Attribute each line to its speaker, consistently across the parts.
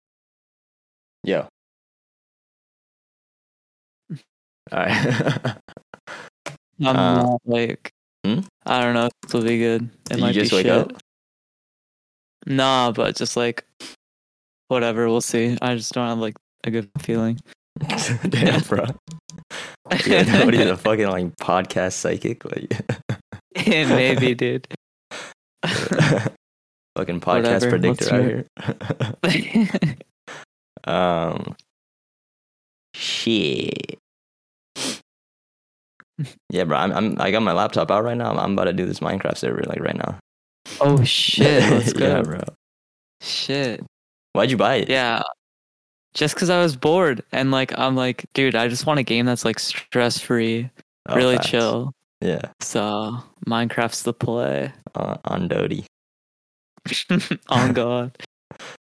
Speaker 1: right.
Speaker 2: I'm
Speaker 1: Uh,
Speaker 2: not like
Speaker 1: Hmm?
Speaker 2: I don't know if this will be good. It
Speaker 1: Did you
Speaker 2: might
Speaker 1: just
Speaker 2: be
Speaker 1: wake
Speaker 2: shit.
Speaker 1: up?
Speaker 2: Nah, but just like whatever, we'll see. I just don't have like a good feeling.
Speaker 1: Damn, bro. Yeah, nobody's a fucking like podcast psychic. Like,
Speaker 2: Maybe, dude.
Speaker 1: fucking podcast
Speaker 2: Whatever,
Speaker 1: predictor
Speaker 2: let's
Speaker 1: out
Speaker 2: hear
Speaker 1: here. um, shit. Yeah, bro. I'm, I'm. I got my laptop out right now. I'm, I'm about to do this Minecraft server like right now.
Speaker 2: oh shit, let's go.
Speaker 1: yeah, bro.
Speaker 2: Shit.
Speaker 1: Why'd you buy it?
Speaker 2: Yeah. Just cuz I was bored and like I'm like, dude, I just want a game that's like stress-free,
Speaker 1: Oh,
Speaker 2: really
Speaker 1: facts.
Speaker 2: chill.
Speaker 1: Yeah,
Speaker 2: So, Minecraft's the play.
Speaker 1: on, on Dodie.
Speaker 2: On god.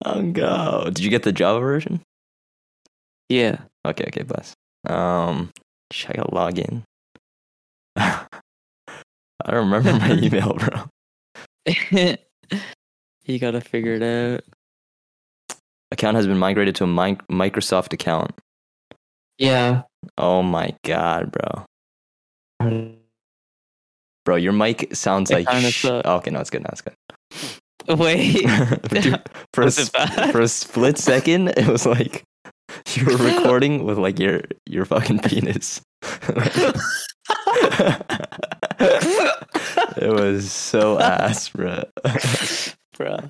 Speaker 1: Oh go. Did you get the Java version?
Speaker 2: Yeah.
Speaker 1: Okay, okay, bless. Um, sh- I gotta log in. I don't remember my email, bro.
Speaker 2: you gotta figure it out.
Speaker 1: Account has been migrated to a Mi- Microsoft account.
Speaker 2: Yeah.
Speaker 1: Oh my god, bro. Bro, your mic sounds
Speaker 2: It
Speaker 1: like
Speaker 2: kinda
Speaker 1: sh-
Speaker 2: sucks.
Speaker 1: okay. No, it's good. No, it's good.
Speaker 2: Wait.
Speaker 1: Dude, for, a
Speaker 2: Was it
Speaker 1: sp-
Speaker 2: bad?
Speaker 1: for a split second, it was like you were recording with like your your fucking penis. it was so ass, bro.
Speaker 2: Bro,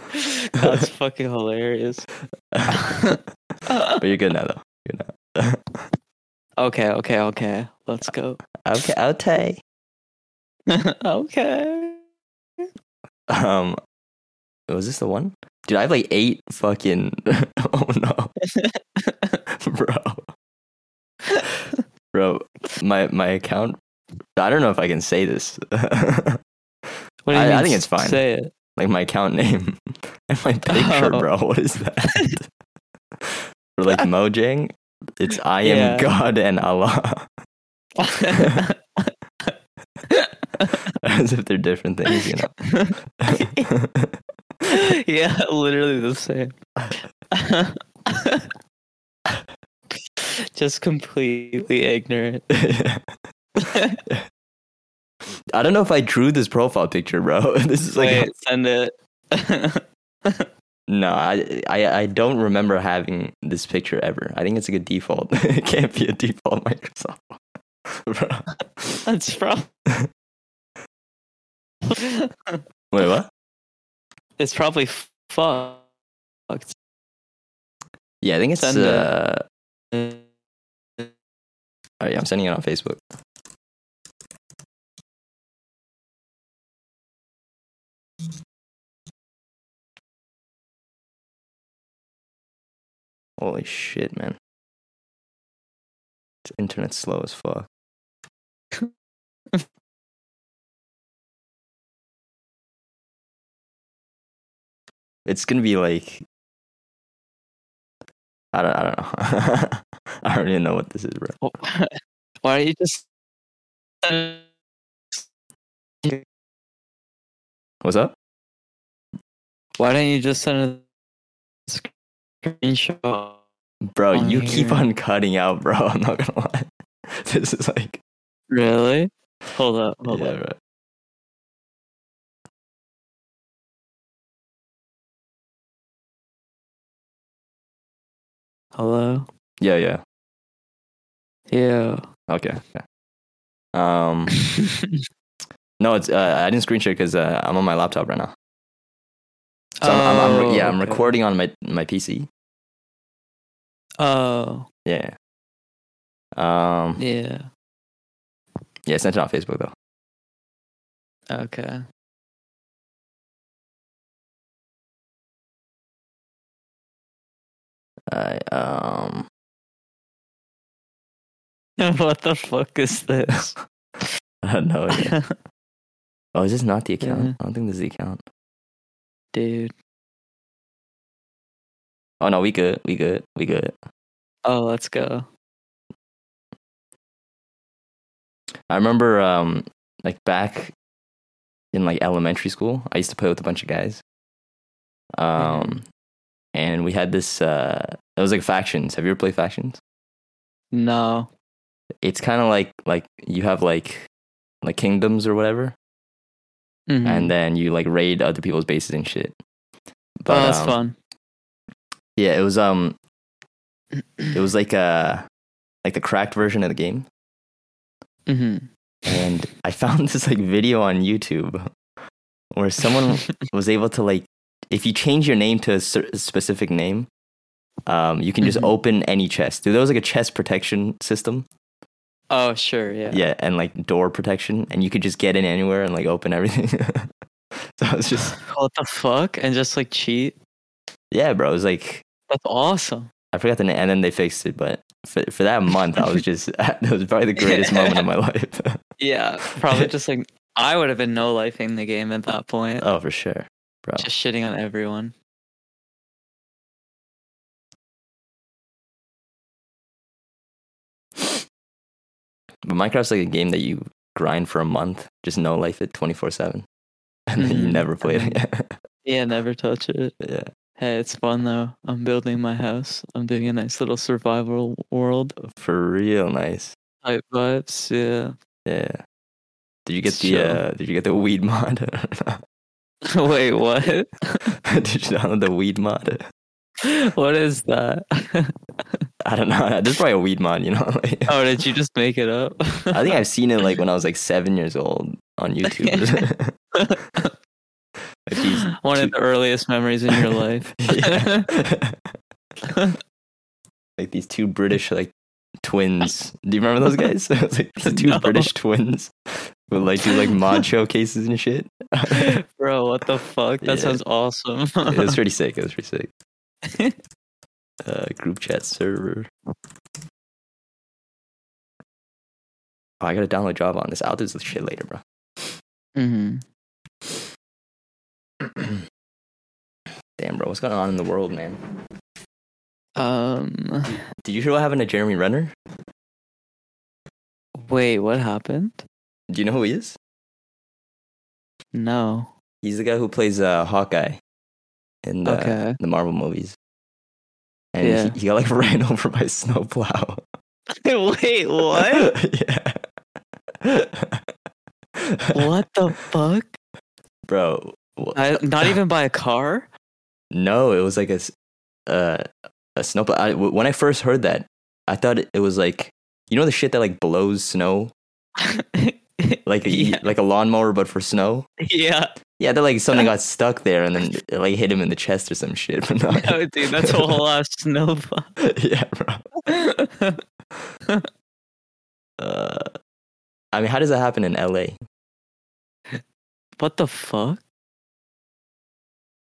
Speaker 2: that's fucking hilarious.
Speaker 1: but you're good now, though. You're good now.
Speaker 2: okay, okay, okay. Let's go.
Speaker 1: okay, okay.
Speaker 2: okay.
Speaker 1: Um, was this the one? Dude, I have like eight fucking. oh no, bro, bro, my my account. I don't know if I can say this. like
Speaker 2: What do you
Speaker 1: I- I
Speaker 2: mean
Speaker 1: think
Speaker 2: s-
Speaker 1: it's fine.
Speaker 2: Say it.
Speaker 1: my account name and my picture,
Speaker 2: Oh.
Speaker 1: bro. What is that? For like Mojang, it's I am
Speaker 2: Yeah.
Speaker 1: God and Allah, as if they're different things, you know.
Speaker 2: yeah, literally the same. Just completely ignorant.
Speaker 1: I don't know if I drew this profile picture, bro. This is like
Speaker 2: Wait, send it.
Speaker 1: No, I, I I don't remember having this picture ever. I think it's like a default. it can't be a default Microsoft. Bro.
Speaker 2: That's from.
Speaker 1: Wait, what?
Speaker 2: it's probably f- fucked.
Speaker 1: Yeah, I think it's.
Speaker 2: Send it.
Speaker 1: Uh, oh yeah, I'm sending it on Facebook. Holy shit, man! The internet's slow as fuck. it's gonna be like I don't, I don't know. I don't even know what this is, bro.
Speaker 2: Why don't you just?
Speaker 1: What's up?
Speaker 2: Why don't you just send a screenshot?
Speaker 1: Bro,
Speaker 2: On
Speaker 1: you keep
Speaker 2: here.
Speaker 1: on cutting out, bro. I'm not gonna lie. This is like
Speaker 2: Really? Hold up. Hold
Speaker 1: yeah,
Speaker 2: up.
Speaker 1: bro.
Speaker 2: Hello.
Speaker 1: yeah, yeah.
Speaker 2: Yeah.
Speaker 1: Okay. okay. Um no, it's uh, I didn't screenshot because uh, I'm on my laptop right now. So I'm, I'm, I'm re- yeah, I'm
Speaker 2: Oh, okay.
Speaker 1: recording on my my PC.
Speaker 2: Oh,
Speaker 1: Yeah. Um yeah,
Speaker 2: yeah.
Speaker 1: I sent it on Facebook though.
Speaker 2: Okay.
Speaker 1: I um
Speaker 2: what the fuck is this?
Speaker 1: I don't know. again. Oh, is this not the account?
Speaker 2: Yeah.
Speaker 1: I don't think this is the account.
Speaker 2: Dude.
Speaker 1: Oh no, we good. We good. We good.
Speaker 2: Oh, let's go.
Speaker 1: I remember um like back in like elementary school, I used to play with a bunch of guys. Um
Speaker 2: Mm-hmm.
Speaker 1: and we had this uh it was like factions. Have you ever played factions?
Speaker 2: No.
Speaker 1: it's kind of like like you have like like kingdoms or whatever,
Speaker 2: Mhm.
Speaker 1: and then you like raid other people's bases and shit.
Speaker 2: oh, that's
Speaker 1: um,
Speaker 2: fun.
Speaker 1: Yeah, it was um, it was like a like the cracked version of the game,
Speaker 2: hmm
Speaker 1: and I found this like video on YouTube where someone was able to like if you change your name to a cer- specific name, um, you can just
Speaker 2: Mhm.
Speaker 1: open any chest. Dude, there was like a chest protection system,
Speaker 2: Oh, sure. Yeah.
Speaker 1: yeah. and like door protection, and you could just get in anywhere and like open everything. so I was just
Speaker 2: What the fuck? And just like cheat?
Speaker 1: yeah, bro. It was like
Speaker 2: That's awesome.
Speaker 1: I forgot the name, and then they fixed it. But for, for that month, I was just that was probably the greatest moment of my life.
Speaker 2: Yeah. Probably just like I would have been no lifing the game at that point.
Speaker 1: oh, for sure. bro.
Speaker 2: Just shitting on everyone.
Speaker 1: But Minecraft's like a game that you grind for a month, just no life it twenty four seven, and then you
Speaker 2: Mhm.
Speaker 1: never play it again.
Speaker 2: Yeah, never touch it.
Speaker 1: yeah,
Speaker 2: Hey, it's fun though. I'm building my house. I'm doing a nice little survival world
Speaker 1: for real nice.
Speaker 2: type vibes. Yeah.
Speaker 1: Yeah. Did you get the
Speaker 2: So-
Speaker 1: uh, Did you get the weed mod?
Speaker 2: Wait, what?
Speaker 1: did you download the weed mod?
Speaker 2: what is that?
Speaker 1: I don't know. There's probably a weed mod, you know. like-
Speaker 2: oh, did you just make it up?
Speaker 1: I think I've seen it like when I was like seven years old on YouTube. Like, these
Speaker 2: one of the earliest memories in your life.
Speaker 1: Yeah. like these two British like twins. Do you remember those guys? It was like these two
Speaker 2: No.
Speaker 1: British twins would like do like mod showcases and shit. it
Speaker 2: Bro, what the fuck? That
Speaker 1: Yeah.
Speaker 2: sounds awesome.
Speaker 1: was pretty sick. It was pretty sick. Uh, group chat server. Oh, I gotta download Java on this. I'll do this shit later, bro.
Speaker 2: hmm
Speaker 1: Damn, bro, what's going on in the world, man?
Speaker 2: Um,
Speaker 1: Did you hear what happened to Jeremy Renner?
Speaker 2: wait, what happened?
Speaker 1: Do you know who he is?
Speaker 2: No.
Speaker 1: He's the guy who plays uh, Hawkeye in the
Speaker 2: Okay.
Speaker 1: the Marvel movies. And
Speaker 2: Yeah.
Speaker 1: he, he got like ran over by a snowplow.
Speaker 2: wait, what?
Speaker 1: yeah.
Speaker 2: what the fuck?
Speaker 1: Bro. wha-
Speaker 2: I, not even by a car?
Speaker 1: no, it was like a, s- uh, a snowplow. I, w- when I first heard that, I thought it was like, you know, the shit that like blows snow, like a,
Speaker 2: Yeah.
Speaker 1: like a lawnmower, but for snow.
Speaker 2: yeah.
Speaker 1: Yeah, that like something got stuck there and then it, like hit him in the chest or some shit. But not,
Speaker 2: Oh, dude, that's a whole lot of snowfall.
Speaker 1: yeah, bro. Uh, I mean, how does that happen in LA?
Speaker 2: what the fuck?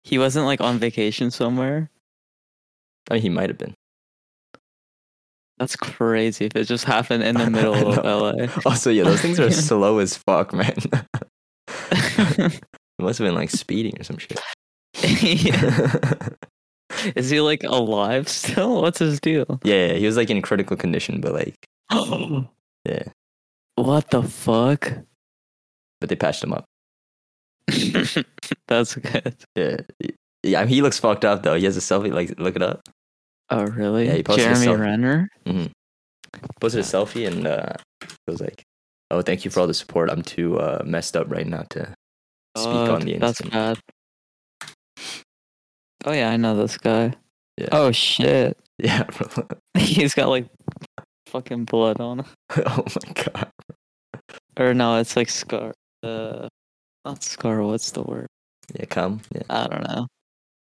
Speaker 2: He wasn't like on vacation somewhere.
Speaker 1: I mean, he might have been.
Speaker 2: That's crazy if it just happened in the middle of LA.
Speaker 1: Also, yeah, those things are slow as fuck, man. It must have been like speeding or some shit.
Speaker 2: Yeah.
Speaker 1: yeah,
Speaker 2: Is he like alive still? What's his deal?
Speaker 1: yeah, he was like in critical condition, but like, yeah,
Speaker 2: what the fuck?
Speaker 1: but they patched him up.
Speaker 2: That's good.
Speaker 1: Yeah, yeah, I mean, he looks fucked up though. He has a selfie. Like, look it up.
Speaker 2: Oh really?
Speaker 1: Yeah, he posted a
Speaker 2: Jeremy
Speaker 1: selfie.
Speaker 2: Renner?
Speaker 1: Posted a selfie and uh, it was like, "Oh, thank you for all the support. I'm too uh, messed up right now to." Speak on
Speaker 2: God,
Speaker 1: the
Speaker 2: that's
Speaker 1: instant.
Speaker 2: bad. Oh yeah, I know this guy.
Speaker 1: Yeah.
Speaker 2: Oh shit.
Speaker 1: Yeah. bro.
Speaker 2: He's got like fucking blood on him.
Speaker 1: oh my god.
Speaker 2: Or no, it's like scar uh not scar, what's the word?
Speaker 1: Yeah, come. Yeah.
Speaker 2: I don't know.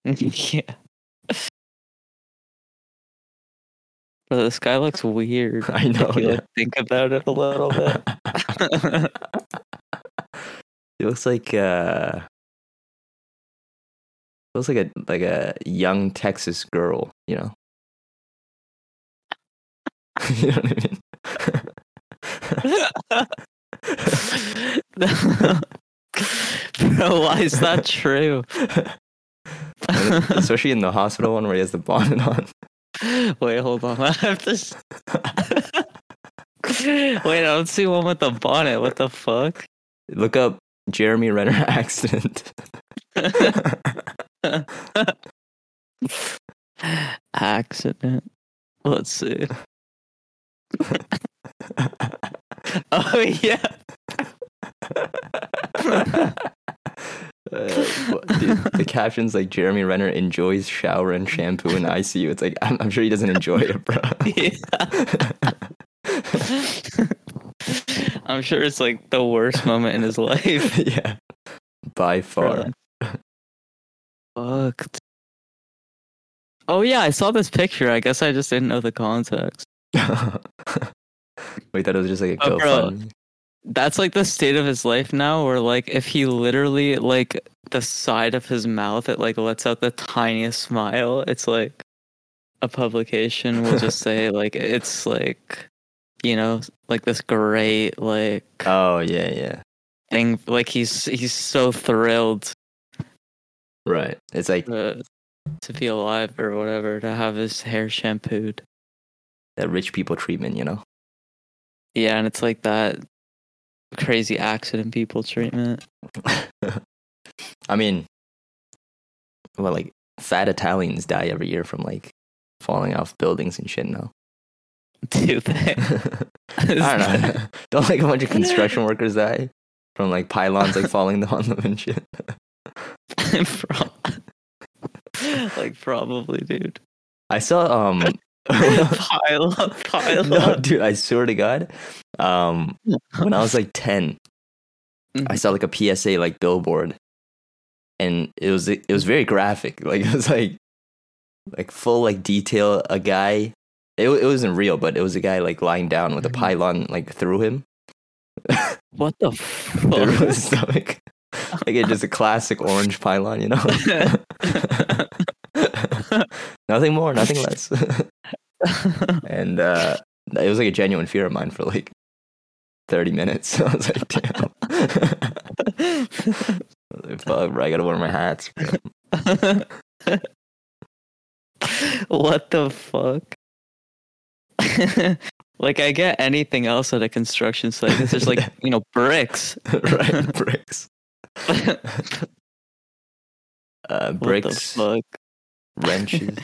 Speaker 2: yeah. But this guy looks weird.
Speaker 1: I know.
Speaker 2: if you
Speaker 1: Yeah.
Speaker 2: like, think about it a little bit.
Speaker 1: It looks like uh it looks like a like a young Texas girl, you know. you know what I mean?
Speaker 2: Bro, why is that true?
Speaker 1: And it- Especially in the hospital one where he has the bonnet on.
Speaker 2: Wait, hold on. I have to. s- Wait, I don't see one with the bonnet. What the fuck?
Speaker 1: Look up Jeremy Renner accident.
Speaker 2: Accident. Let's see. Oh yeah.
Speaker 1: uh, dude, Uh, the captions like Jeremy Renner enjoys shower and shampoo in ICU. It's like I'm, I'm sure he doesn't enjoy it, bro.
Speaker 2: I'm sure it's like the worst moment in his life.
Speaker 1: yeah, by far.
Speaker 2: Fucked. Oh yeah, I saw this picture. I guess I just didn't know the context.
Speaker 1: Wait, that was just like a
Speaker 2: Oh, bro.
Speaker 1: GoFundMe.
Speaker 2: That's like the state of his life now where like if he literally like the side of his mouth it like lets out the tiniest smile, it's like a publication will just say like it's like you know, like this great like
Speaker 1: Oh yeah, yeah,
Speaker 2: thing like he's he's so thrilled
Speaker 1: right. It's like
Speaker 2: to, to be alive or whatever, to have his hair shampooed.
Speaker 1: that rich people treatment, you know.
Speaker 2: Yeah, and it's like that crazy accident people treatment.
Speaker 1: I mean, well, like fat Italians die every year from like falling off buildings and shit. Now,
Speaker 2: Do they?
Speaker 1: I don't know. Don't like a bunch of construction workers die from like pylons like falling on them and shit.
Speaker 2: Pro- like probably, dude.
Speaker 1: I saw um
Speaker 2: pile up, pile
Speaker 1: no,
Speaker 2: up.
Speaker 1: dude, I swear to God, um, when I was like ten, I saw like a PSA like billboard, and it was it was very graphic. Like it was like like full like detail. A guy, it wa- it wasn't real, but it was a guy like lying down with a
Speaker 2: Mhm.
Speaker 1: pylon like through him,
Speaker 2: what the Oh.
Speaker 1: through his
Speaker 2: fuck?
Speaker 1: stomach. Like it just a classic orange pylon, you know. nothing more, nothing less. and uh, it was like a genuine fear of mine for like thirty minutes. I was like, damn, I was like, fuck, bro, I gotta wear my hats. bro.
Speaker 2: what the fuck? like I get anything else at a construction site. It's just like you know bricks.
Speaker 1: right, bricks. Uh,
Speaker 2: What the
Speaker 1: bricks,
Speaker 2: fuck?
Speaker 1: wrenches,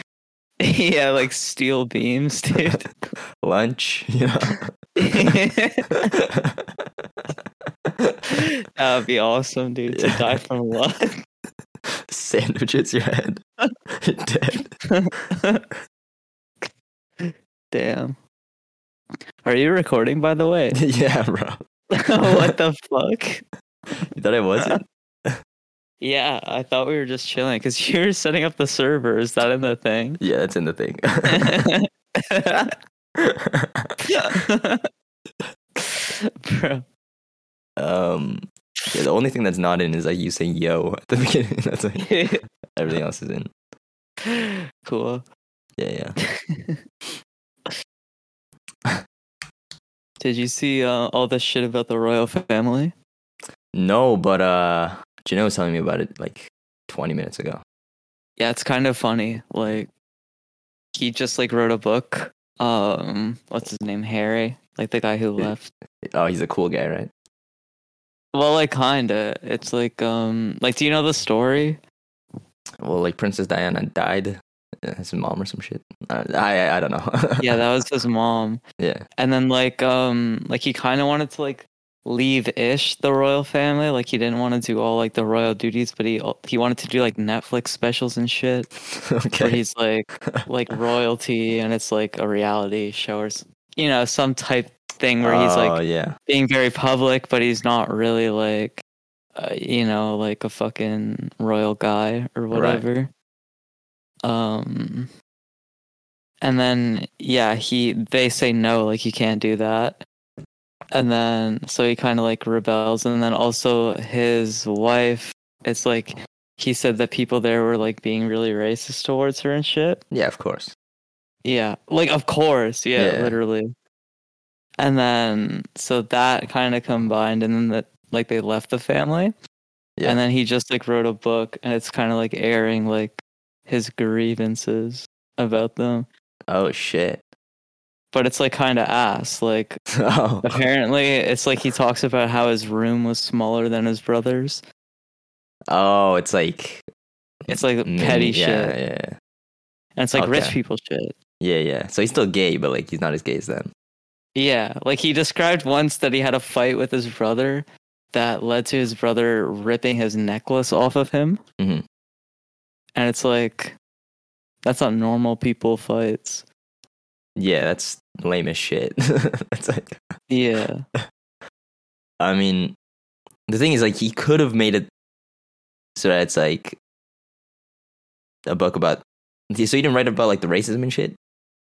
Speaker 2: yeah, like steel beams, dude.
Speaker 1: lunch. You know,
Speaker 2: That'd be awesome, dude. To
Speaker 1: Yeah.
Speaker 2: die from love.
Speaker 1: sandwiches your head. You're dead.
Speaker 2: Damn. Are you recording, by the way?
Speaker 1: yeah, bro.
Speaker 2: what the fuck?
Speaker 1: You thought I wasn't?
Speaker 2: Yeah, I thought we were just chilling because you were setting up the server. Is that in the thing?
Speaker 1: Yeah, that's in the thing.
Speaker 2: Bro.
Speaker 1: um, yeah, the only thing that's not in is like you saying "yo" at the beginning. That's like everything else is in.
Speaker 2: cool.
Speaker 1: Yeah, yeah.
Speaker 2: Did you see uh, all the shit about the royal family?
Speaker 1: No, but uh, Janelle was telling me about it like 20 minutes ago.
Speaker 2: Yeah, it's kind of funny. Like he just like wrote a book. Um, what's his name? Harry, like the guy who
Speaker 1: Yeah.
Speaker 2: left.
Speaker 1: Oh, he's a cool guy, right?
Speaker 2: Well, like kinda. It's like um, like do you know the story?
Speaker 1: Well, like Princess Diana died, uh, his mom or some shit. Uh, I I, I don't know.
Speaker 2: Yeah, that was his mom.
Speaker 1: yeah.
Speaker 2: And then like um, like he kind of wanted to like leave ish the royal family. Like he didn't want to do all like the royal duties, but he he wanted to do like Netflix specials and shit. where
Speaker 1: okay.
Speaker 2: he's like like royalty and it's like a reality show or s- you know some type thing where he's
Speaker 1: Oh,
Speaker 2: like
Speaker 1: yeah.
Speaker 2: being very public but he's not really like uh, you know like a fucking royal guy or
Speaker 1: Right.
Speaker 2: whatever um and then yeah he they say no like you can't do that and then so he kind of like rebels and then also his wife it's like he said that people there were like being really racist towards her and shit
Speaker 1: Yeah, of course.
Speaker 2: yeah, like of course, yeah,
Speaker 1: Yeah.
Speaker 2: literally. And then so that kind of combined, and then that like they left the family,
Speaker 1: Yeah.
Speaker 2: and then he just like wrote a book, and it's kind of like airing like his grievances about them,
Speaker 1: Oh shit.
Speaker 2: but it's like kind of ass. Like
Speaker 1: Oh.
Speaker 2: apparently, it's like he talks about how his room was smaller than his brother's.
Speaker 1: Oh, it's like
Speaker 2: It's like
Speaker 1: mm,
Speaker 2: petty
Speaker 1: yeah,
Speaker 2: shit,
Speaker 1: Yeah.
Speaker 2: and it's like rich
Speaker 1: Okay.
Speaker 2: people shit.
Speaker 1: Yeah, yeah. So he's still gay, but like he's not as gay as them.
Speaker 2: Yeah, like he described once that he had a fight with his brother that led to his brother ripping his necklace off of him.
Speaker 1: Mhm.
Speaker 2: And it's like, that's not normal people fights.
Speaker 1: Yeah, that's lame as shit. That's like-
Speaker 2: Yeah.
Speaker 1: I mean, the thing is, like, he could have made it so that it's like a book about. So you didn't write about like the racism and shit.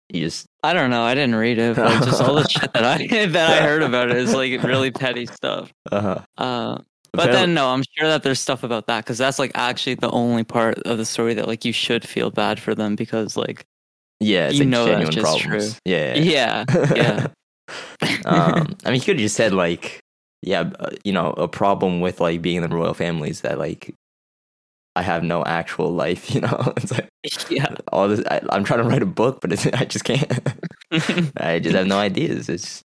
Speaker 1: You just
Speaker 2: I don't know. I didn't read it, but just all the shit that I that I heard about it is like really petty stuff.
Speaker 1: uh huh.
Speaker 2: Uh, but then no, I'm sure that there's stuff about that because that's like actually the only part of the story that like you should feel bad for them because like
Speaker 1: yeah, it's
Speaker 2: you
Speaker 1: like
Speaker 2: know that's
Speaker 1: genuine
Speaker 2: just
Speaker 1: problems.
Speaker 2: true.
Speaker 1: Yeah,
Speaker 2: yeah yeah
Speaker 1: um, I mean, he could have just said like, yeah, uh, you know, a problem with like being in the royal family is that like I have no actual life. You know, it's like
Speaker 2: yeah
Speaker 1: all this. I, I'm trying to write a book, but it's, I just can't. I just have no ideas. It's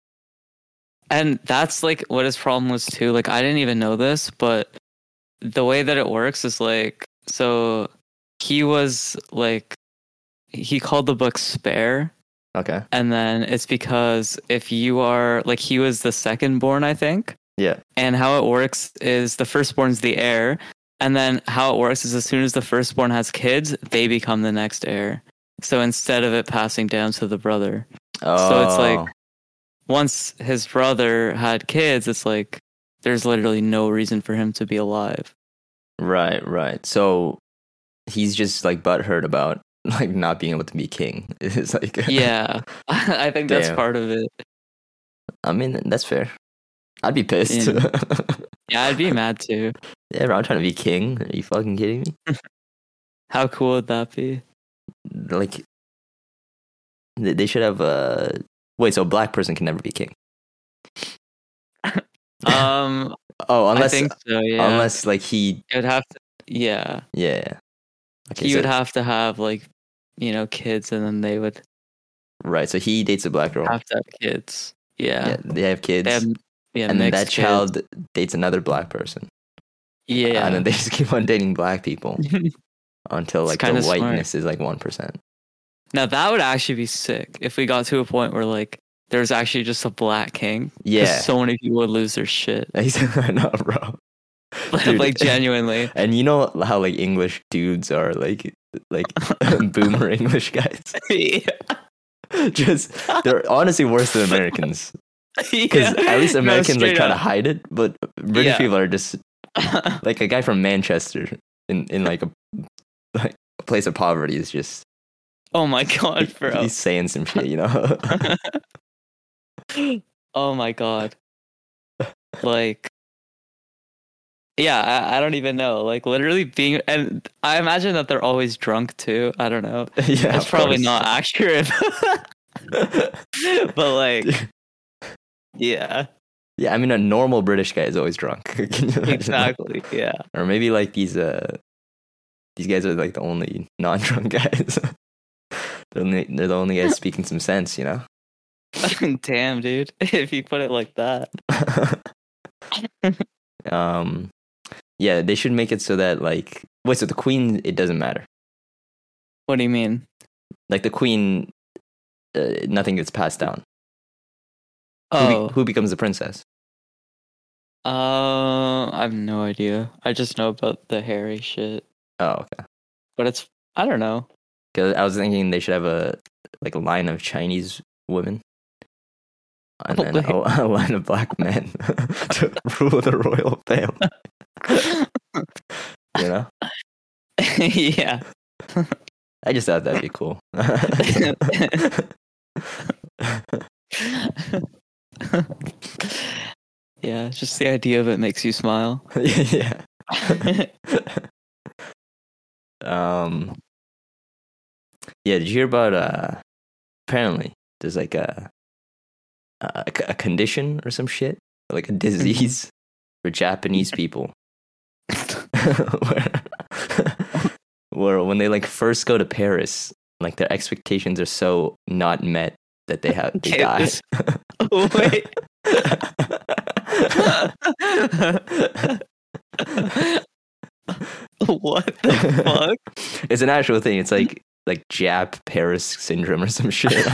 Speaker 2: And that's like what his problem was too. Like I didn't even know this, but the way that it works is like so he was like he called the book spare
Speaker 1: okay.
Speaker 2: and then it's because if you are like he was the second born I think
Speaker 1: Yeah.
Speaker 2: and how it works is the firstborn's the heir and then how it works is as soon as the firstborn has kids they become the next heir so instead of it passing down to the brother
Speaker 1: Oh,
Speaker 2: So it's like- once his brother had kids, it's like there's literally no reason for him to be alive.
Speaker 1: right, right. So he's just like butthurt about like not being able to be king. It's like
Speaker 2: Yeah, I think that's
Speaker 1: Damn.
Speaker 2: part of it.
Speaker 1: I mean, that's fair. I'd be pissed.
Speaker 2: Yeah. Yeah, I'd be mad too.
Speaker 1: yeah, bro, I'm trying to be king. Are you fucking kidding me?
Speaker 2: How cool would that be?
Speaker 1: like they they should have uh wait so a black person can never be king
Speaker 2: Um,
Speaker 1: oh unless
Speaker 2: I think so. Yeah,
Speaker 1: unless like he
Speaker 2: it would have to. Yeah,
Speaker 1: yeah okay
Speaker 2: he
Speaker 1: so,
Speaker 2: would have to have like you know kids, and then they would
Speaker 1: right so he dates a black girl
Speaker 2: have to have kids. Yeah,
Speaker 1: Oh. yeah they have kids
Speaker 2: they have yeah
Speaker 1: and then
Speaker 2: mixed
Speaker 1: that
Speaker 2: kids.
Speaker 1: child dates another black person
Speaker 2: Yeah,
Speaker 1: and then they just keep on dating black people until
Speaker 2: It's
Speaker 1: like the
Speaker 2: kinda smart.
Speaker 1: whiteness is like 1%
Speaker 2: now that would actually be sick if we got to a point where like there's actually just a black king. 'Cause
Speaker 1: yeah
Speaker 2: So many people would lose their shit.
Speaker 1: i know bro Dude.
Speaker 2: like genuinely.
Speaker 1: and you know how like english dudes are like like boomer english guys just they're honestly worse than americans Because at least Americans like try to hide it, but British
Speaker 2: Yeah.
Speaker 1: people are just
Speaker 2: to.
Speaker 1: like a guy from Manchester in, in like a like a place of poverty is just
Speaker 2: oh my god, bro.
Speaker 1: he's saying some shit, you know.
Speaker 2: oh my god. Like, yeah, I, I don't even know. Like, literally being, and I imagine that they're always drunk too. I don't know.
Speaker 1: yeah,
Speaker 2: That's
Speaker 1: of
Speaker 2: probably
Speaker 1: course.
Speaker 2: not accurate, but like, yeah,
Speaker 1: yeah, I mean a normal British guy is always drunk. Can you imagine that?
Speaker 2: exactly. Yeah,
Speaker 1: Or maybe like these uh these guys are like the only non-drunk guys. they're, only, they're the only guys speaking some sense, you know.
Speaker 2: damn, dude. If you put it like that,
Speaker 1: um yeah they should make it so that like wait so the queen it doesn't matter
Speaker 2: what do you mean?
Speaker 1: like the queen uh, nothing gets passed down Who be-
Speaker 2: Oh,
Speaker 1: who, becomes the princess
Speaker 2: Um, I have no idea. I just know about the hairy shit,
Speaker 1: oh okay
Speaker 2: but it's I don't know.
Speaker 1: 'Cause i was thinking they should have a like a line of chinese women and
Speaker 2: Oh,
Speaker 1: then a, a line of black men to rule the royal family you know
Speaker 2: yeah,
Speaker 1: i just thought that'd be cool
Speaker 2: yeah. Just the idea of it makes you smile.
Speaker 1: yeah um yeah did you hear about uh apparently there's like a a, c- a condition or some shit like a disease for japanese people where, where when they like first go to paris like their expectations are so not met that they have they
Speaker 2: Okay,
Speaker 1: die
Speaker 2: this- Wait. what the fuck?
Speaker 1: It's an actual thing. It's like like Jap Paris syndrome or some shit.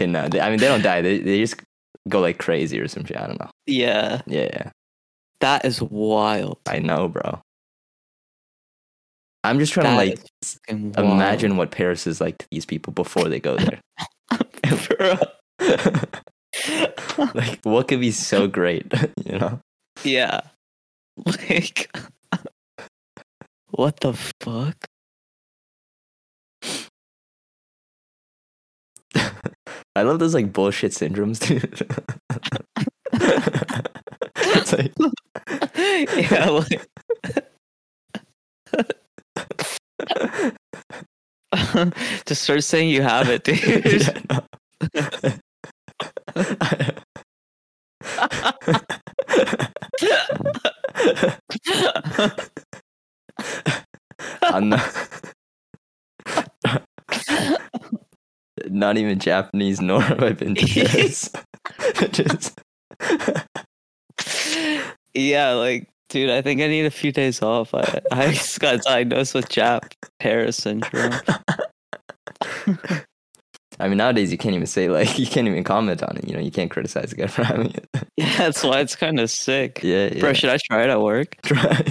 Speaker 1: no, they, I mean they don't die. They they just go like crazy or some shit. I don't know.
Speaker 2: Yeah,
Speaker 1: Yeah, yeah.
Speaker 2: that is wild.
Speaker 1: I know, bro. I'm just trying
Speaker 2: That
Speaker 1: to like
Speaker 2: is fucking wild.
Speaker 1: imagine what Paris is like to these people before they go there.
Speaker 2: Bro.
Speaker 1: like what could be so great, you know?
Speaker 2: yeah, like what the fuck?
Speaker 1: I love those like bullshit syndromes, dude. it's like
Speaker 2: yeah, like, just start saying you have it, dude.
Speaker 1: yeah, no. I'm not not even Japanese nor have I been to Paris. Just
Speaker 2: yeah, like, dude, I think I need a few days off. I, I just got diagnosed with Jap Paris syndrome.
Speaker 1: I mean nowadays you can't even say like you can't even comment on it, you know, you can't criticize a guy for having it.
Speaker 2: Yeah, that's why it's kind of sick.
Speaker 1: Yeah, yeah.
Speaker 2: Bro, should I try it at work?
Speaker 1: try.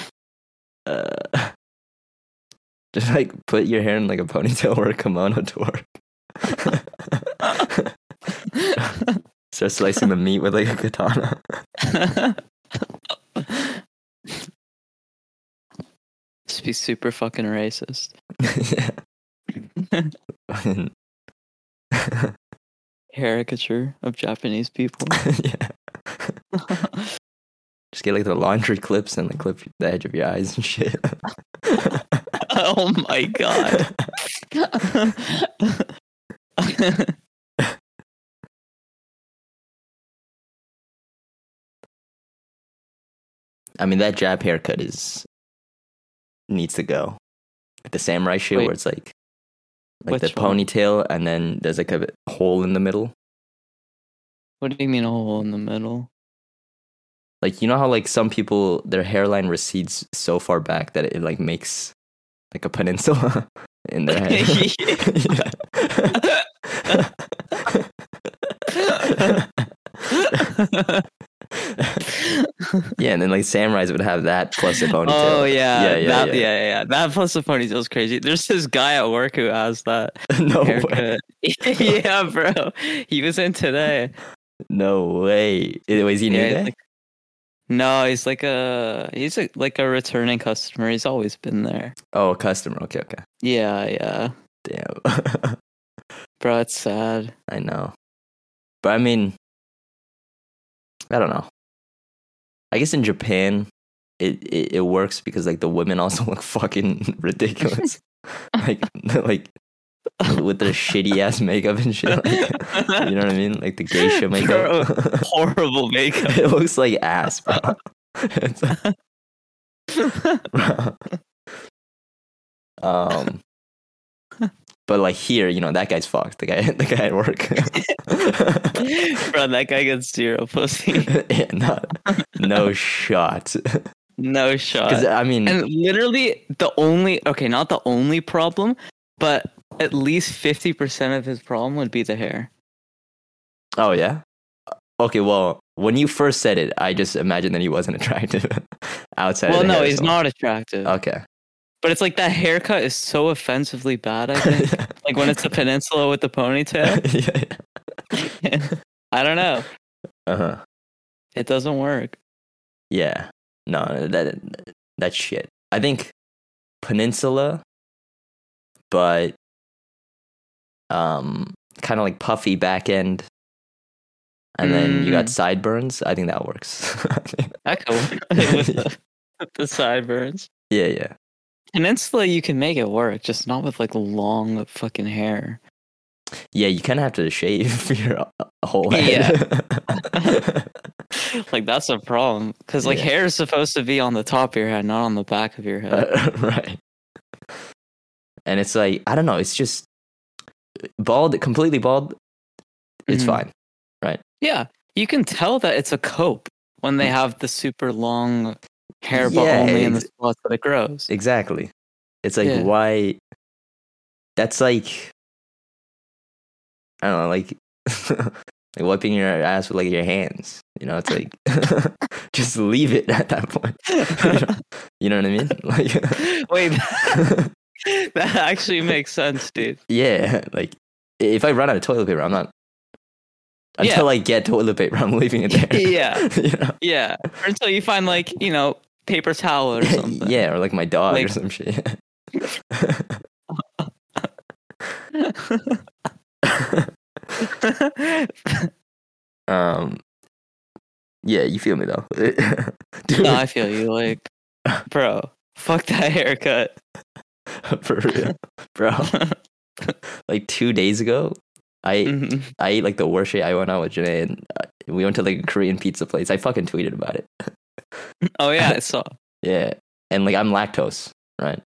Speaker 1: uh, just like put your hair in like a ponytail or a kimono to work. Start slicing the meat with like a katana.
Speaker 2: Just be super fucking racist.
Speaker 1: yeah. Fucking-
Speaker 2: Caricature of Japanese people.
Speaker 1: yeah. Just get like the laundry clips and like clip the edge of your eyes and shit.
Speaker 2: oh my god.
Speaker 1: I mean, that jab haircut is needs to go. The samurai shit,
Speaker 2: Wait.
Speaker 1: where it's like, like the
Speaker 2: Which one?
Speaker 1: ponytail, and then there's like a hole in the middle.
Speaker 2: what do you mean a hole in the middle?
Speaker 1: Like you know how like some people their hairline recedes so far back that it like makes like a peninsula in their head. yeah. Yeah, and then like samurais would have that plus a ponytail.
Speaker 2: Oh yeah,
Speaker 1: Yeah, yeah,
Speaker 2: that,
Speaker 1: yeah.
Speaker 2: yeah, yeah, yeah. That plus the ponytail is crazy. There's this guy at work who has that
Speaker 1: no way.
Speaker 2: haircut. yeah, bro, he was in today.
Speaker 1: No way. Was he new
Speaker 2: Yeah, he's
Speaker 1: guy?
Speaker 2: like- no, he's like a he's a, like a returning customer. He's always been there.
Speaker 1: oh, a customer. Okay, okay.
Speaker 2: Yeah, yeah,
Speaker 1: Damn.
Speaker 2: bro, it's sad.
Speaker 1: I know. But I mean, I don't know. I guess in Japan, it, it, it works because like the women also look fucking ridiculous, like like with their shitty ass makeup and shit. like, you know what I mean? Like the geisha makeup.
Speaker 2: Horrible makeup.
Speaker 1: it looks like ass, bro. It's like, bro. Um, but like here, you know that guy's fucked. The guy, the guy at work.
Speaker 2: bro, that guy gets zero pussy.
Speaker 1: yeah, not, no shot.
Speaker 2: No shot.
Speaker 1: Because I mean,
Speaker 2: Uh, And literally the only okay, not the only problem, but at least fifty percent of his problem would be the hair.
Speaker 1: oh yeah. Okay, well, when you first said it, I just imagined that he wasn't attractive outside. of
Speaker 2: well,
Speaker 1: the
Speaker 2: no,
Speaker 1: hair
Speaker 2: he's
Speaker 1: salon.
Speaker 2: not attractive.
Speaker 1: Okay.
Speaker 2: but it's like that haircut is so offensively bad. I think like when it's a peninsula with the ponytail.
Speaker 1: yeah.
Speaker 2: I don't know.
Speaker 1: Uh huh.
Speaker 2: It doesn't work.
Speaker 1: Yeah. No, that that shit. I think peninsula, but um, kind of like puffy back end. And then you got
Speaker 2: Mm.
Speaker 1: sideburns. I think that works.
Speaker 2: That could work with the, with the sideburns.
Speaker 1: yeah, yeah.
Speaker 2: Peninsula, you can make it work, just not with like long fucking hair.
Speaker 1: Yeah, you kind of have to shave your whole
Speaker 2: Yeah.
Speaker 1: head.
Speaker 2: Like that's a problem because like
Speaker 1: Yeah.
Speaker 2: hair is supposed to be on the top of your head, not on the back of your head.
Speaker 1: Uh, right. And it's like, I don't know, it's just bald, completely bald, it's
Speaker 2: Mhm.
Speaker 1: fine.
Speaker 2: Yeah, you can tell that it's a cope when they have the super long hair, but
Speaker 1: Mm. Yeah,
Speaker 2: only in the
Speaker 1: ex-
Speaker 2: spots that it grows.
Speaker 1: Exactly. It's like,
Speaker 2: Yeah.
Speaker 1: why that's like I don't know, like like wiping your ass with like your hands. You know, it's like just leave it at that point. you, know, you know what I mean? Like
Speaker 2: Wait, that actually makes sense, dude.
Speaker 1: yeah, like if I run out of toilet paper, I'm not until I get toilet paper, I'm leaving it there.
Speaker 2: Yeah,
Speaker 1: you know?
Speaker 2: yeah. Or until you find like you know paper towel or something.
Speaker 1: yeah, or like my dog or
Speaker 2: Like-
Speaker 1: some shit. um Yeah, you feel me though. Dude,
Speaker 2: no, I feel you. Like, bro, fuck that haircut.
Speaker 1: for real. Bro. like two days ago, I
Speaker 2: Mhm.
Speaker 1: I ate like the worst shit. I went out with Janae and uh, we went to like a Korean pizza place. I fucking tweeted about it.
Speaker 2: Oh yeah, I saw.
Speaker 1: Yeah, and like I'm lactose, right?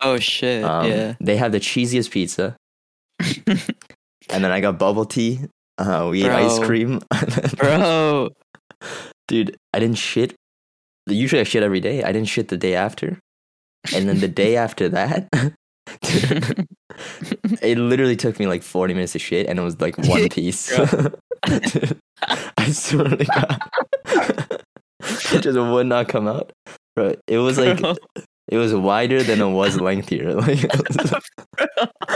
Speaker 2: Oh shit.
Speaker 1: Um,
Speaker 2: yeah.
Speaker 1: They have the cheesiest pizza, and then I got bubble tea. Uh, we ate ice
Speaker 2: Bro.
Speaker 1: cream,
Speaker 2: Bro,
Speaker 1: dude. I didn't shit. Usually I shit every day. I didn't shit the day after, and then the day after that. dude, it literally took me like 40 minutes to shit and it was like one piece Dude, i swear to god it just would not come out bro it was like
Speaker 2: Bro.
Speaker 1: it was wider than it was lengthier like it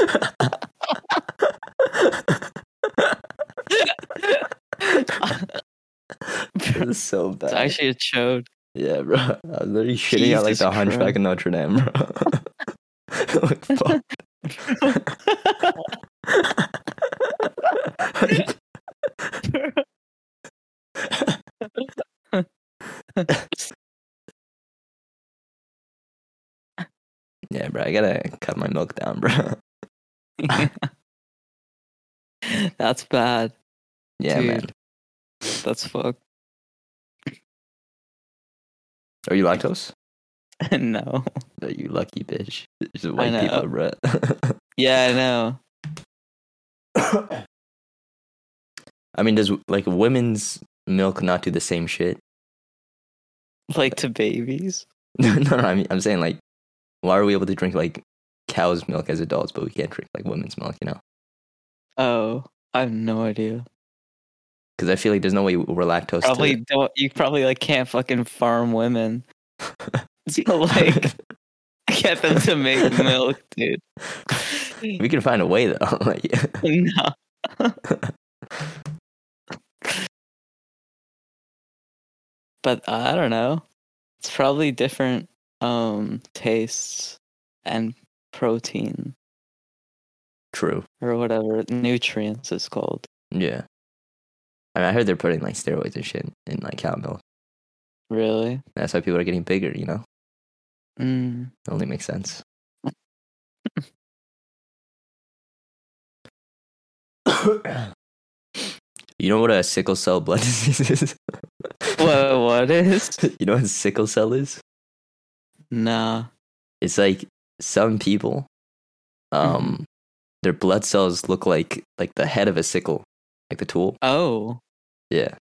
Speaker 1: was- it was so
Speaker 2: it's
Speaker 1: bad
Speaker 2: actually a chode.
Speaker 1: yeah bro i was literally shitting out like
Speaker 2: Jesus
Speaker 1: the hunchback
Speaker 2: Christ.
Speaker 1: in notre dame bro like, fuck. yeah bro i gotta cut my milk down bro
Speaker 2: That's bad.
Speaker 1: yeah
Speaker 2: dude.
Speaker 1: man
Speaker 2: That's fucked.
Speaker 1: are you lactose
Speaker 2: no.
Speaker 1: No, you lucky bitch just white
Speaker 2: know.
Speaker 1: people bro
Speaker 2: Yeah, I know.
Speaker 1: I mean, does like women's milk not do the same shit?
Speaker 2: Like to babies.
Speaker 1: no, no, I mean, I'm saying like, why are we able to drink like cow's milk as adults, but we can't drink like women's milk? You know,
Speaker 2: Oh, I have no idea.
Speaker 1: because I feel like there's no way we're lactose. to-
Speaker 2: Probably don't. You probably like can't fucking farm women. So like, get them to make milk, dude.
Speaker 1: we can find a way though. like,
Speaker 2: no. but I don't know. It's probably different um tastes and protein
Speaker 1: true.
Speaker 2: or whatever nutrients is called.
Speaker 1: Yeah. I mean, I heard they're putting like steroids and shit in like cow milk.
Speaker 2: Really?
Speaker 1: That's why people are getting bigger. You know,
Speaker 2: Mm.
Speaker 1: it only makes sense. you know what a sickle cell blood disease is?
Speaker 2: What what is?
Speaker 1: you know what sickle cell is?
Speaker 2: Nah.
Speaker 1: It's like some people,
Speaker 2: Mm-hmm.
Speaker 1: um, their blood cells look like like the head of a sickle, like the tool.
Speaker 2: Oh,
Speaker 1: Yeah,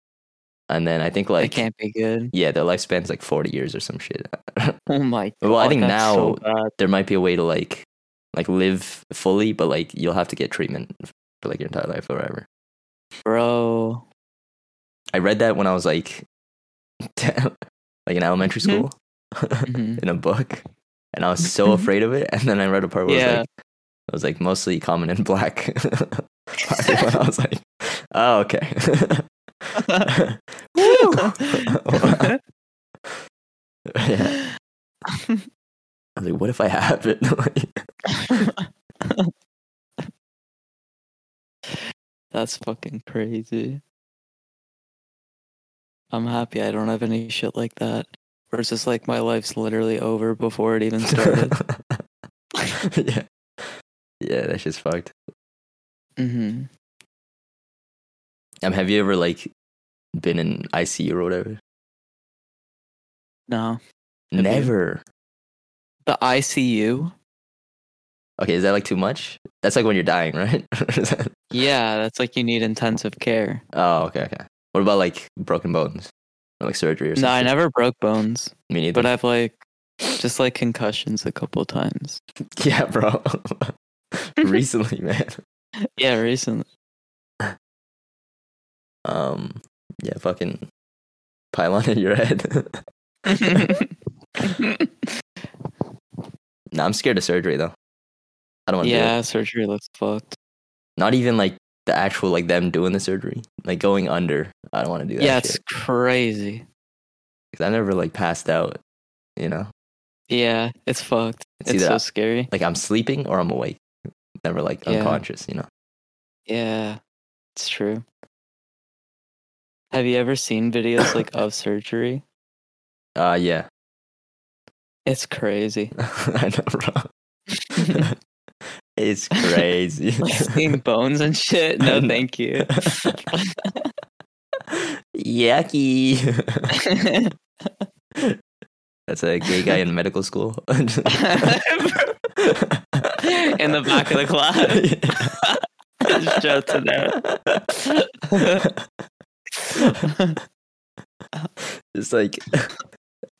Speaker 1: and then I think
Speaker 2: that
Speaker 1: like
Speaker 2: can't be good.
Speaker 1: yeah, their lifespan's like forty years or some shit.
Speaker 2: Oh my god.
Speaker 1: Well, I think
Speaker 2: that's so bad.
Speaker 1: there might be a way to like like live fully, but like you'll have to get treatment for like your entire life or whatever.
Speaker 2: bro.
Speaker 1: I read that when I was like, like in elementary
Speaker 2: Mhm.
Speaker 1: school
Speaker 2: Mhm.
Speaker 1: in a book, and I was so afraid of it. And then I read a part where it, was
Speaker 2: Yeah.
Speaker 1: like, it was like mostly common in black. And I was like, oh okay. Woo! yeah. I was like, what if I have it? Like,
Speaker 2: That's fucking crazy. I'm happy I don't have any shit like that. Where it's just like my life's literally over before it even started.
Speaker 1: yeah. Yeah, that shit's fucked. Mm-hmm.
Speaker 2: hmm
Speaker 1: Um, have you ever like been in ICU or whatever?
Speaker 2: No. you?
Speaker 1: Never.
Speaker 2: The ICU?
Speaker 1: Okay, is that like too much? That's like when you're dying, right? Is that-
Speaker 2: Yeah, that's like you need intensive care.
Speaker 1: oh, okay, okay. What about like broken bones or like surgery or
Speaker 2: No,
Speaker 1: something?
Speaker 2: I never broke bones,
Speaker 1: Me neither.
Speaker 2: but I've like just like concussions a couple times.
Speaker 1: yeah, bro. recently, man.
Speaker 2: yeah, recently.
Speaker 1: Um, yeah, fucking pylon in your head. nah, I'm scared of surgery though. I don't want to do
Speaker 2: yeah,
Speaker 1: it.
Speaker 2: surgery looks fucked.
Speaker 1: Not even like the actual like them doing the surgery, like going under. I don't want to do that.
Speaker 2: Yeah,
Speaker 1: shit.
Speaker 2: it's crazy.
Speaker 1: 'Cause I never like passed out. You know,
Speaker 2: Yeah, it's fucked.
Speaker 1: It's
Speaker 2: it's
Speaker 1: either
Speaker 2: so
Speaker 1: I-
Speaker 2: scary.
Speaker 1: like I'm sleeping or I'm awake. Never like
Speaker 2: Yeah.
Speaker 1: unconscious. You know.
Speaker 2: Yeah, it's true. Have you ever seen videos like of surgery?
Speaker 1: Uh, yeah.
Speaker 2: It's crazy.
Speaker 1: I know, bro. it's crazy.
Speaker 2: Like seeing bones and shit. No, thank you.
Speaker 1: Yucky. That's a gay guy in medical school. in
Speaker 2: the back of the
Speaker 1: class.
Speaker 2: Just joking
Speaker 1: It's like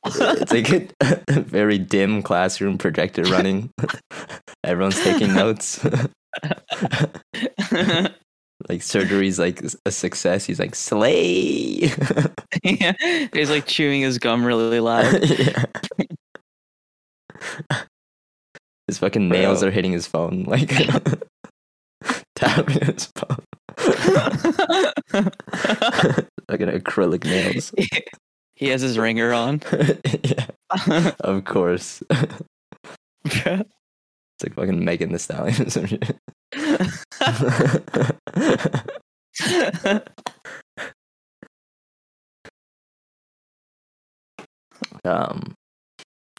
Speaker 1: it's like a very dim classroom projector running. Everyone's taking notes. like surgery's like a success. He's like slay.
Speaker 2: yeah. He's like chewing his gum really loud.
Speaker 1: Yeah. His fucking nails
Speaker 2: Bro.
Speaker 1: are hitting his phone, like tapping his phone. Fucking acrylic nails.
Speaker 2: he has his ringer on.
Speaker 1: yeah, of course.
Speaker 2: Bro.
Speaker 1: It's like fucking Megan the Stallion or some shit. um,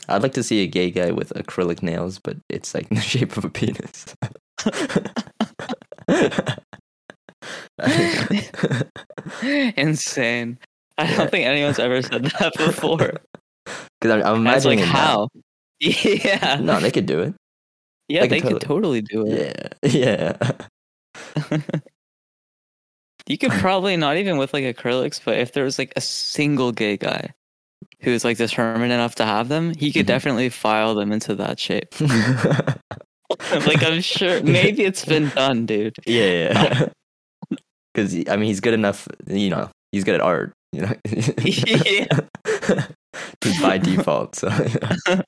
Speaker 1: I'd like to see a gay guy with acrylic nails, but it's like in the shape of a penis.
Speaker 2: Insane. I
Speaker 1: Yeah.
Speaker 2: don't think anyone's ever said that before.
Speaker 1: Because I'm, I'm
Speaker 2: That's
Speaker 1: imagining
Speaker 2: like
Speaker 1: that.
Speaker 2: how. Yeah.
Speaker 1: No, they could do it.
Speaker 2: yeah,
Speaker 1: they
Speaker 2: they,
Speaker 1: can
Speaker 2: could totally do it.
Speaker 1: Yeah, yeah.
Speaker 2: You could probably not even with like acrylics, but if there was like a single gay guy who's like determined enough to have them, he could
Speaker 1: Mhm.
Speaker 2: definitely file them into that shape. like I'm sure maybe it's been done, dude.
Speaker 1: yeah, because I mean, he's good enough. You know, he's good at art. You know,
Speaker 2: yeah.
Speaker 1: Just by default. So you know.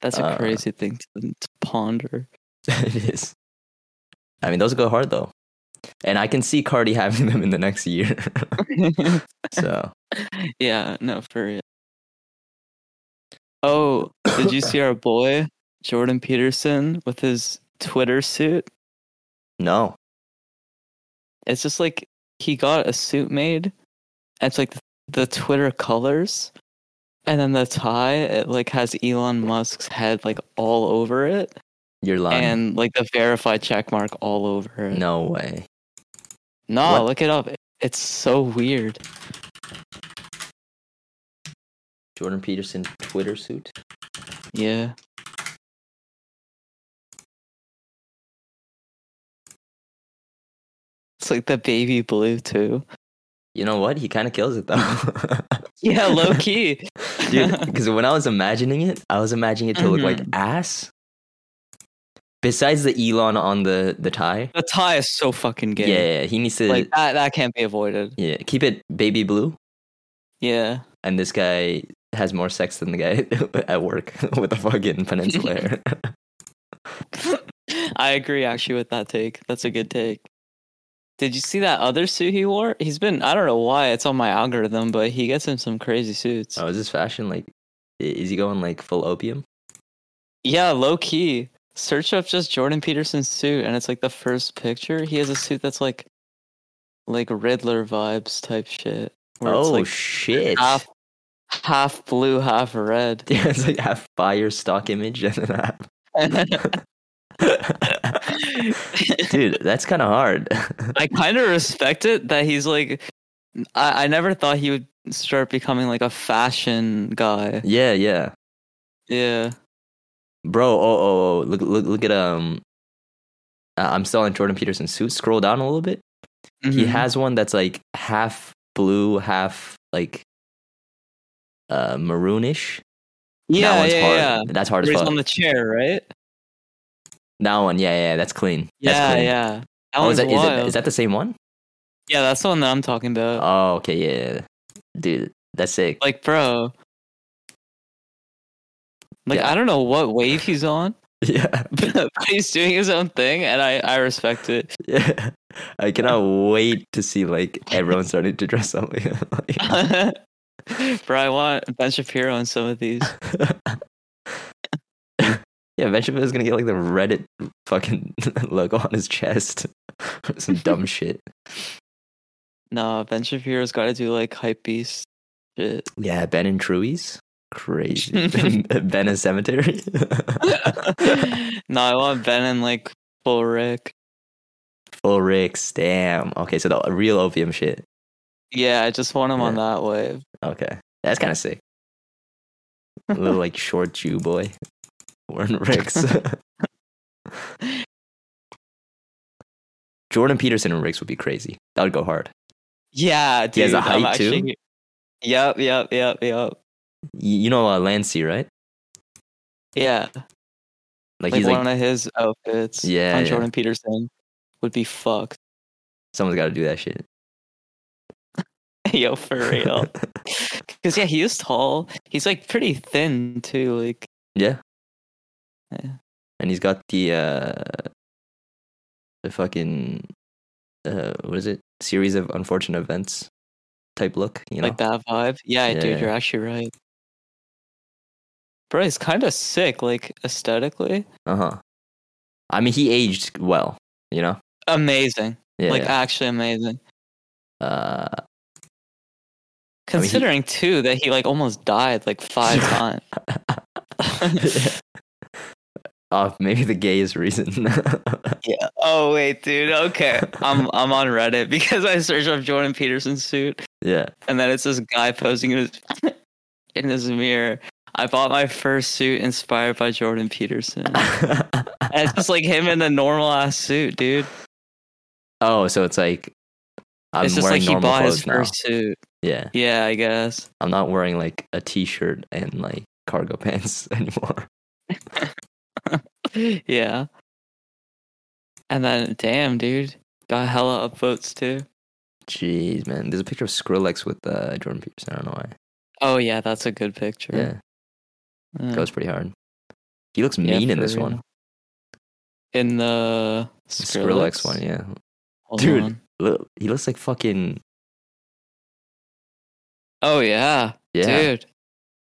Speaker 2: That's a
Speaker 1: Uh.
Speaker 2: crazy thing to, to ponder.
Speaker 1: it is. I mean, those go hard though, and I can see Cardi having them in the next year. so
Speaker 2: yeah, no, for real. Oh, did you see our boy Jordan Peterson with his Twitter suit?
Speaker 1: no,
Speaker 2: It's just like he got a suit made. and It's like the Twitter colors, and then the tie. It like has Elon Musk's head like all over it,
Speaker 1: you're lying.
Speaker 2: and like the verified check mark all over it.
Speaker 1: no way.
Speaker 2: no,
Speaker 1: What?
Speaker 2: look it up. It's so weird.
Speaker 1: Jordan Peterson Twitter suit.
Speaker 2: Yeah. It's like the baby blue too.
Speaker 1: You know what? He kind of kills it though.
Speaker 2: Yeah, low key.
Speaker 1: Dude, because when I was imagining it, I was imagining it to look
Speaker 2: Mm-hmm.
Speaker 1: like ass. Besides the Elon on the the tie,
Speaker 2: The tie is so fucking
Speaker 1: yeah,
Speaker 2: gay.
Speaker 1: yeah, he needs to
Speaker 2: Like that that can't be avoided.
Speaker 1: yeah keep it baby blue.
Speaker 2: Yeah.
Speaker 1: And this guy has more sex than the guy at work with a fucking peninsula hair.
Speaker 2: I agree actually with that take. That's a good take. Did you see that other suit he wore? He's been I don't know why it's on my algorithm, but he gets in some crazy suits.
Speaker 1: oh, is this fashion like? i- Is he going like full opium?
Speaker 2: Yeah, low key. Search up just Jordan Peterson's suit, and it's like the first picture. He has a suit that's like, like Riddler vibes type shit. where it's,
Speaker 1: Oh
Speaker 2: like
Speaker 1: shit!
Speaker 2: half, half blue, half red.
Speaker 1: Yeah, it's like half fire stock image and then half. Dude, that's kind of hard.
Speaker 2: I kind of respect it that he's like, I, I never thought he would start becoming like a fashion guy.
Speaker 1: yeah, yeah.
Speaker 2: Yeah.
Speaker 1: Bro, oh, oh, oh, look, look, look at um. uh, I'm still on Jordan Peterson's suit. Scroll down a little bit. He
Speaker 2: Mhm.
Speaker 1: has one that's like half blue, half like uh maroonish.
Speaker 2: Yeah,
Speaker 1: that one's
Speaker 2: yeah,
Speaker 1: hard.
Speaker 2: yeah.
Speaker 1: That's hard
Speaker 2: Where
Speaker 1: as
Speaker 2: he's
Speaker 1: fuck.
Speaker 2: on the chair, right?
Speaker 1: that one, yeah, yeah, that's clean. that's
Speaker 2: Yeah,
Speaker 1: clean.
Speaker 2: yeah. That
Speaker 1: Oh, is
Speaker 2: one's
Speaker 1: that, is, it,
Speaker 2: wild.
Speaker 1: is that the same one?
Speaker 2: yeah, that's the one that I'm talking about.
Speaker 1: Oh, okay, yeah, yeah. dude, that's sick.
Speaker 2: like, bro. Like,
Speaker 1: Yeah.
Speaker 2: I don't know what wave he's on,
Speaker 1: yeah,
Speaker 2: but he's doing his own thing, and I, I respect it.
Speaker 1: yeah. I cannot wait to see like everyone starting to dress up. like,
Speaker 2: bro, I want Ben Shapiro on some of these.
Speaker 1: yeah, Benjamin is gonna get like the Reddit fucking logo on his chest, or some dumb shit.
Speaker 2: Nah, Ben Shapiro's got to do like hype beast shit.
Speaker 1: Yeah, Ben and Truies, crazy. ben and Cemetery.
Speaker 2: no, I want Ben and like full Rick.
Speaker 1: Full Ricks, damn. Okay, so the real opium shit.
Speaker 2: Yeah, I just want him on that wave.
Speaker 1: Okay, that's kind of sick. A little like short Jew boy, Warren Ricks. Jordan Peterson and Ricks would be crazy. That would go hard.
Speaker 2: Yeah, dude.
Speaker 1: He has a
Speaker 2: I'm
Speaker 1: height, too?
Speaker 2: actually- Yep, yep, yep, yep.
Speaker 1: Y- You know uh, Lancy, right?
Speaker 2: Yeah,
Speaker 1: Like,
Speaker 2: like,
Speaker 1: he's
Speaker 2: one
Speaker 1: like
Speaker 2: of his outfits.
Speaker 1: Yeah,
Speaker 2: on
Speaker 1: yeah.
Speaker 2: Jordan Peterson would be fucked.
Speaker 1: someone's got to do that shit.
Speaker 2: Yo, for real. Because yeah, he is tall. He's like pretty thin too. Like
Speaker 1: yeah.
Speaker 2: Yeah.
Speaker 1: And he's got the uh the fucking uh what is it? Series of unfortunate events type look, you know.
Speaker 2: like that vibe. Yeah,
Speaker 1: Yeah,
Speaker 2: dude,
Speaker 1: yeah.
Speaker 2: you're actually right. Bro, he's kind of sick. Like aesthetically,
Speaker 1: Uh-huh. I mean, he aged well, you know.
Speaker 2: amazing.
Speaker 1: Yeah.
Speaker 2: Like actually amazing.
Speaker 1: uh I mean, he-
Speaker 2: Considering too that he like almost died like five times.
Speaker 1: oh, maybe the gayest reason.
Speaker 2: yeah. Oh wait, dude. Okay, I'm I'm on Reddit because I searched up Jordan Peterson's suit.
Speaker 1: yeah.
Speaker 2: and then it's this guy posing in his in his mirror. I bought my first suit inspired by Jordan Peterson. and it's just like him in a normal ass suit, dude.
Speaker 1: oh, so it's like I'm
Speaker 2: it's just like
Speaker 1: wearing
Speaker 2: he
Speaker 1: normal
Speaker 2: bought his
Speaker 1: clothes now.
Speaker 2: first suit.
Speaker 1: Yeah.
Speaker 2: Yeah, I guess.
Speaker 1: I'm not wearing like a t-shirt and like cargo pants anymore.
Speaker 2: yeah. And then, damn, dude, got hella upvotes too.
Speaker 1: Jeez, man. There's a picture of Skrillex with uh, Jordan Peterson. I don't know why.
Speaker 2: Oh yeah, that's a good picture.
Speaker 1: Yeah,
Speaker 2: Uh,
Speaker 1: goes pretty hard. He looks
Speaker 2: yeah,
Speaker 1: mean in
Speaker 2: for
Speaker 1: this one.
Speaker 2: real. In the
Speaker 1: The Skrillex one, yeah.
Speaker 2: Hold
Speaker 1: Dude.
Speaker 2: on.
Speaker 1: Look, he looks like fucking
Speaker 2: Oh yeah,
Speaker 1: yeah,
Speaker 2: dude.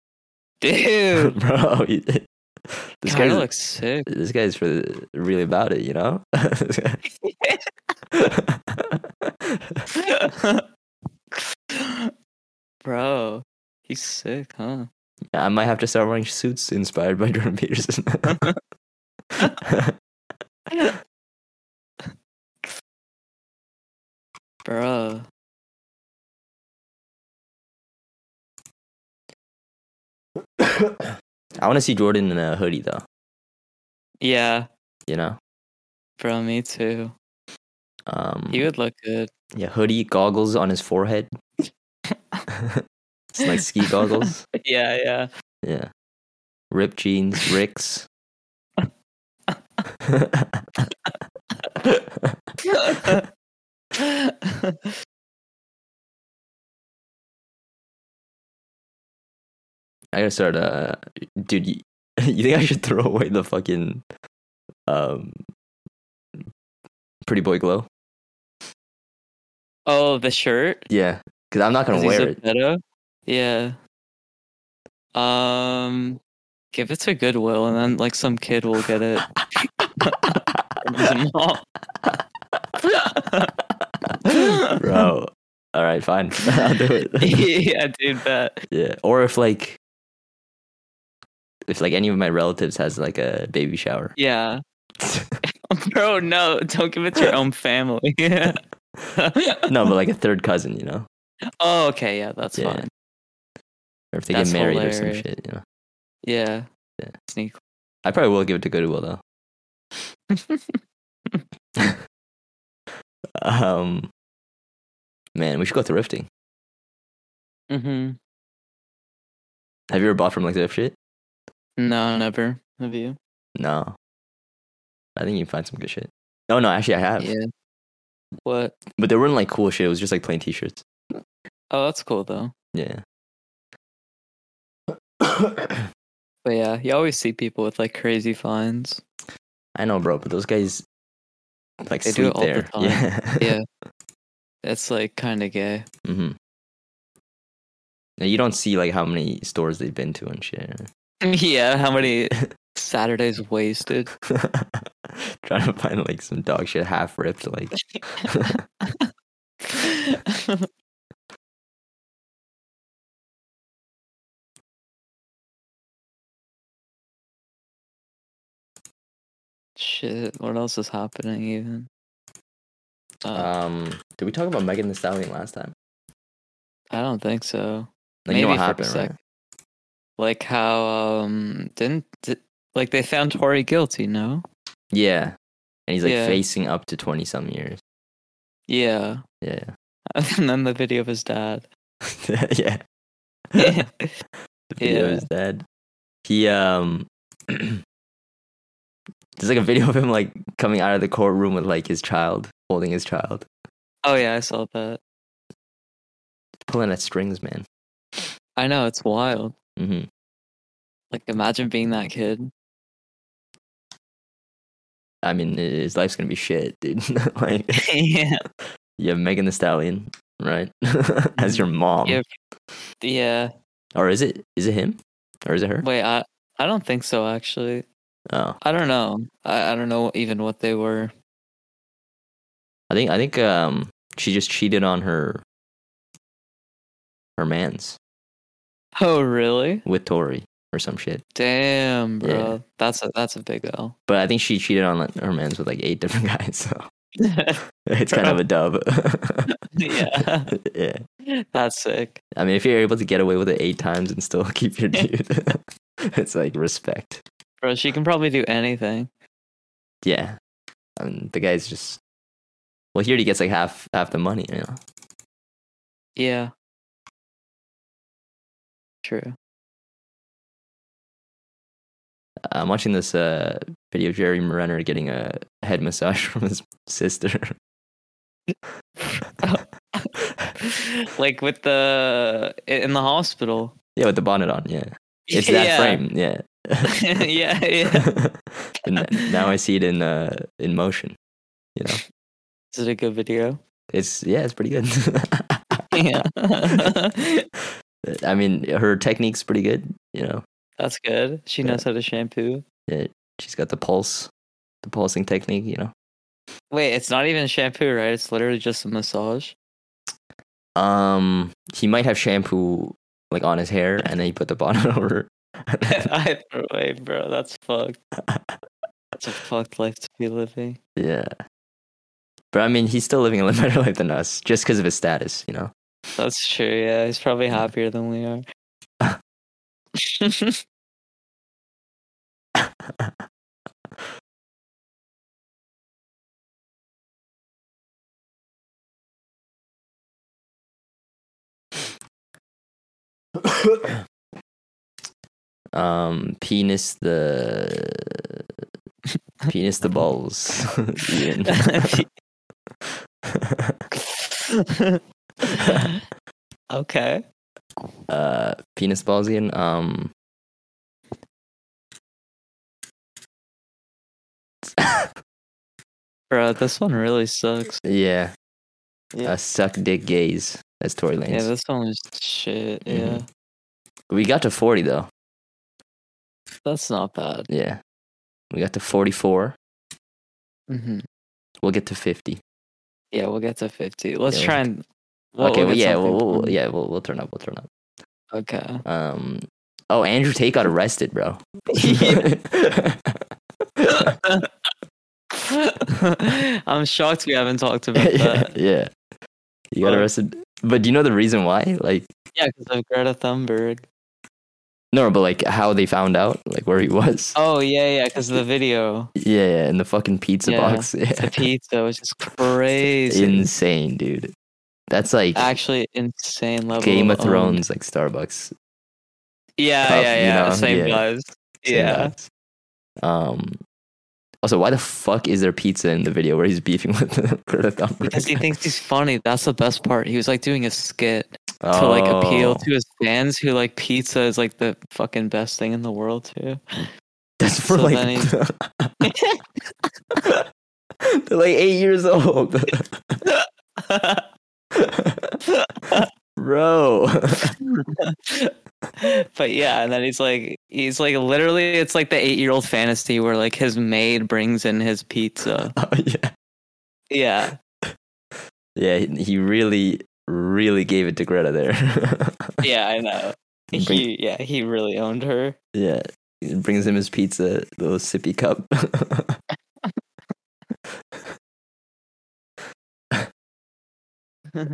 Speaker 2: Dude.
Speaker 1: bro. he- this guy
Speaker 2: Kind of looks sick.
Speaker 1: This guy's for the- really about it, you know. This guy-
Speaker 2: Bro, he's sick, huh?
Speaker 1: I might have to start wearing suits inspired by Jordan Peterson.
Speaker 2: Bro.
Speaker 1: I want to see Jordan in a hoodie, though.
Speaker 2: Yeah,
Speaker 1: You know,
Speaker 2: bro, me too.
Speaker 1: um,
Speaker 2: He would look good.
Speaker 1: yeah, hoodie, goggles on his forehead. it's like ski goggles.
Speaker 2: Yeah, yeah.
Speaker 1: Yeah. Rip jeans, Ricks. I gotta start, uh, dude, you, you think I should throw away the fucking, um, Pretty Boy Glow?
Speaker 2: oh, the shirt?
Speaker 1: Yeah. Cause I'm not
Speaker 2: 'Cause
Speaker 1: gonna
Speaker 2: he's
Speaker 1: wear
Speaker 2: a
Speaker 1: it.
Speaker 2: pedo? Yeah. Um, give it to Goodwill, and then like some kid will get it. From his mom.
Speaker 1: Bro. Alright, fine. I'll do it.
Speaker 2: yeah, dude, bet.
Speaker 1: Yeah. Or if like, if like any of my relatives has like a baby shower.
Speaker 2: Yeah. Bro, no, don't give it to your own family.
Speaker 1: No, but like a third cousin, you know?
Speaker 2: oh, okay, yeah, that's
Speaker 1: Yeah.
Speaker 2: fine.
Speaker 1: Or if they
Speaker 2: That's
Speaker 1: get married or some
Speaker 2: hilarious.
Speaker 1: shit, you know?
Speaker 2: Yeah.
Speaker 1: Yeah.
Speaker 2: Sneak.
Speaker 1: I probably will give it to Goodwill though. Um, man, we should go thrifting.
Speaker 2: hmm
Speaker 1: Have you ever bought from like thrift shit?
Speaker 2: No, never. Have you?
Speaker 1: No. I think you find some good shit. No, no, actually I have.
Speaker 2: Yeah. What?
Speaker 1: But they weren't like cool shit. It was just like plain t-shirts.
Speaker 2: Oh, that's cool though.
Speaker 1: Yeah.
Speaker 2: But yeah, you always see people with like crazy finds.
Speaker 1: I know, bro, but those guys like
Speaker 2: They do
Speaker 1: sleep
Speaker 2: it all the
Speaker 1: there.
Speaker 2: time.
Speaker 1: Yeah.
Speaker 2: Yeah. It's like kind of gay.
Speaker 1: mm-hmm. Now, you don't see like how many stores they've been to and shit.
Speaker 2: yeah, how many Saturdays wasted?
Speaker 1: Trying to find like some dog shit half ripped like
Speaker 2: Shit, what else is happening even? Uh,
Speaker 1: um did we talk about Megan the Stallion last time?
Speaker 2: I don't think so.
Speaker 1: Like, you know what
Speaker 2: Maybe for a
Speaker 1: happened, right?
Speaker 2: sec. Like how um didn't di- like they found Tori guilty, no?
Speaker 1: Yeah. And he's like
Speaker 2: Yeah.
Speaker 1: facing up to twenty some years.
Speaker 2: Yeah.
Speaker 1: Yeah.
Speaker 2: And then the video of his dad. Oh,
Speaker 1: yeah. The video
Speaker 2: Yeah.
Speaker 1: is dead. He um there's like a video of him like coming out of the courtroom with like his child, holding his child,
Speaker 2: oh yeah, I saw that.
Speaker 1: pulling at strings, man.
Speaker 2: I know it's wild.
Speaker 1: hmm
Speaker 2: Like imagine being that kid.
Speaker 1: I mean, his life's gonna be shit, dude. like
Speaker 2: yeah.
Speaker 1: you have Megan the Stallion, right?
Speaker 2: Mm-hmm.
Speaker 1: As your mom,
Speaker 2: Yep. Yeah.
Speaker 1: or is it is it him, or is it her?
Speaker 2: Wait, I I don't think so actually.
Speaker 1: Oh,
Speaker 2: I don't know. I, I don't know even what they were.
Speaker 1: I think I think um she just cheated on her her man's
Speaker 2: Oh really?
Speaker 1: with Tori or some shit.
Speaker 2: Damn, bro. That's a that's a big L.
Speaker 1: But I think she cheated on like, her man's with like eight different guys, so it's kind of a dub.
Speaker 2: yeah.
Speaker 1: yeah.
Speaker 2: That's sick.
Speaker 1: I mean, if you're able to get away with it eight times and still keep your dude, it's like respect.
Speaker 2: Bro, she can probably do anything.
Speaker 1: Yeah. I mean, the guy's just. Well, here he gets like half half the money, you know?
Speaker 2: Yeah. True.
Speaker 1: I'm watching this uh, video of Jerry Renner getting a head massage from his sister.
Speaker 2: like with the in the hospital.
Speaker 1: yeah, with the bonnet on. Yeah. It's that
Speaker 2: yeah.
Speaker 1: frame. Yeah.
Speaker 2: yeah, yeah.
Speaker 1: and now I see it in uh, in motion. You know?
Speaker 2: Is it a good video?
Speaker 1: It's, yeah, it's pretty good.
Speaker 2: Yeah.
Speaker 1: I mean, her technique's pretty good. You know,
Speaker 2: That's good. She knows how to shampoo.
Speaker 1: she's got the pulse, the pulsing technique. You know,
Speaker 2: Wait, it's not even shampoo, right? It's literally just a massage.
Speaker 1: um, he might have shampoo like on his hair, and then he put the bonnet over.
Speaker 2: Either way, bro, that's fucked. That's a fucked life to be living.
Speaker 1: yeah, but I mean, he's still living a better life than us, just because of his status. You know,
Speaker 2: That's true. Yeah, he's probably happier than we are.
Speaker 1: um, penis the penis the balls. Ian.
Speaker 2: okay.
Speaker 1: uh, penis balls. Ian. Um.
Speaker 2: Bro, this one really sucks.
Speaker 1: Yeah.
Speaker 2: Yeah.
Speaker 1: Uh, suck dick gaze. That's Tory Lanez.
Speaker 2: Yeah, this one is shit. Yeah.
Speaker 1: Mhm. we got to 40 though.
Speaker 2: That's not bad.
Speaker 1: Yeah. We got to 44.
Speaker 2: hmm
Speaker 1: We'll get to 50.
Speaker 2: Yeah, we'll get to 50. Let's
Speaker 1: Yeah,
Speaker 2: try
Speaker 1: we'll-
Speaker 2: and. we'll-
Speaker 1: okay,
Speaker 2: we'll
Speaker 1: well,
Speaker 2: get
Speaker 1: yeah,
Speaker 2: something
Speaker 1: we'll, we'll-
Speaker 2: from-
Speaker 1: yeah, we'll, we'll turn up. We'll turn up.
Speaker 2: Okay.
Speaker 1: Um, oh, Andrew Tate got arrested, bro.
Speaker 2: I'm shocked we haven't talked about
Speaker 1: yeah,
Speaker 2: that.
Speaker 1: yeah. He got
Speaker 2: Fuck.
Speaker 1: arrested. But do you know the reason why? Like,
Speaker 2: Yeah, because of Greta Thunberg.
Speaker 1: no, but like how they found out, like where he was.
Speaker 2: Oh yeah, yeah, because the video,
Speaker 1: Yeah, yeah, in the fucking pizza
Speaker 2: Yeah.
Speaker 1: box. Yeah.
Speaker 2: the pizza, which is crazy,
Speaker 1: Insane, dude. That's like
Speaker 2: actually insane level.
Speaker 1: Game of
Speaker 2: owned.
Speaker 1: Thrones, like Starbucks.
Speaker 2: Yeah,
Speaker 1: cup,
Speaker 2: yeah,
Speaker 1: you
Speaker 2: yeah.
Speaker 1: know,
Speaker 2: Same
Speaker 1: yeah.
Speaker 2: guys. Yeah.
Speaker 1: nuts. Um. Also, why the fuck is there pizza in the video where he's beefing with the, for the thumper?
Speaker 2: Because he thinks he's funny. That's the best part. He was like doing a skit to like appeal
Speaker 1: Oh,
Speaker 2: to his fans who like pizza is like the fucking best thing in the world too.
Speaker 1: That's for
Speaker 2: so
Speaker 1: like
Speaker 2: then
Speaker 1: they're like eight years old, bro.
Speaker 2: but yeah, and then he's like he's like literally it's like the 8-year-old fantasy where like his maid brings in his pizza.
Speaker 1: Oh, yeah,
Speaker 2: Yeah.
Speaker 1: yeah. He, he really, really gave it to Greta there.
Speaker 2: Yeah, I know. He yeah, he really owned her.
Speaker 1: Yeah, it brings him his pizza, little sippy cup.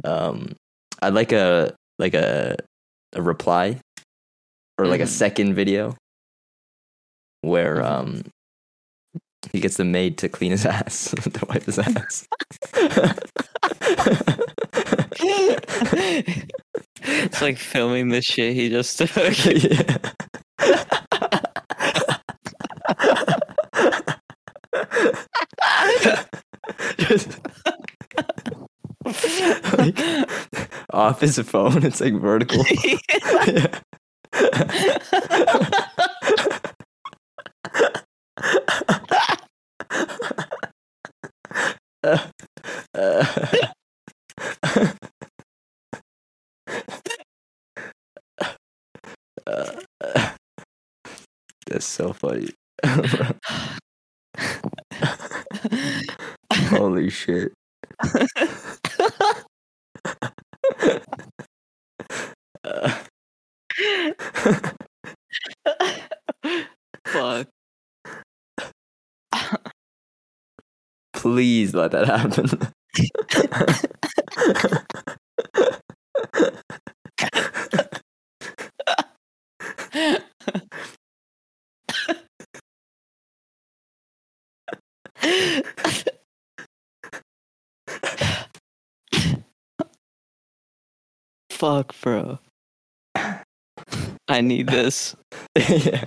Speaker 1: um, I'd like a like a a reply or like a
Speaker 2: Mhm.
Speaker 1: second video where
Speaker 2: Mhm.
Speaker 1: um he gets the maid to clean his ass to wipe his ass.
Speaker 2: it's like filming the shit he just took.
Speaker 1: yeah. Just like, office phone, it's like vertical. Yeah. Uh, uh, that's so funny. Holy shit. Uh,
Speaker 2: Fuck.
Speaker 1: please let that happen.
Speaker 2: Fuck, bro. I need this.
Speaker 1: yeah.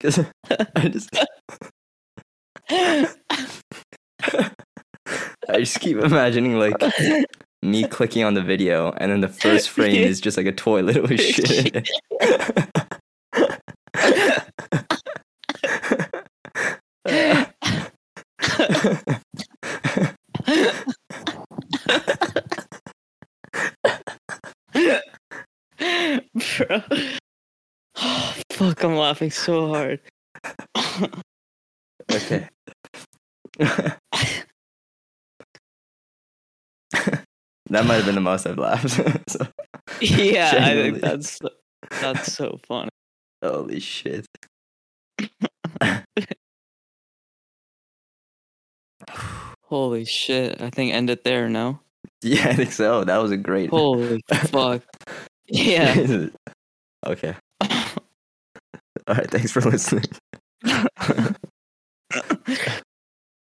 Speaker 1: Just- I just, I just keep imagining like me clicking on the video, and then the first frame is just like a toilet with shit. in it.
Speaker 2: Bro. fuck, I'm laughing so hard.
Speaker 1: okay. that might have been the most I've laughed. So-
Speaker 2: yeah, I
Speaker 1: Genuinely.
Speaker 2: think that's that's so funny.
Speaker 1: holy shit.
Speaker 2: Holy shit. I think end it there, no?
Speaker 1: Yeah, I think so. That was a great.
Speaker 2: Holy fuck. Yeah.
Speaker 1: okay. All right. Thanks for listening.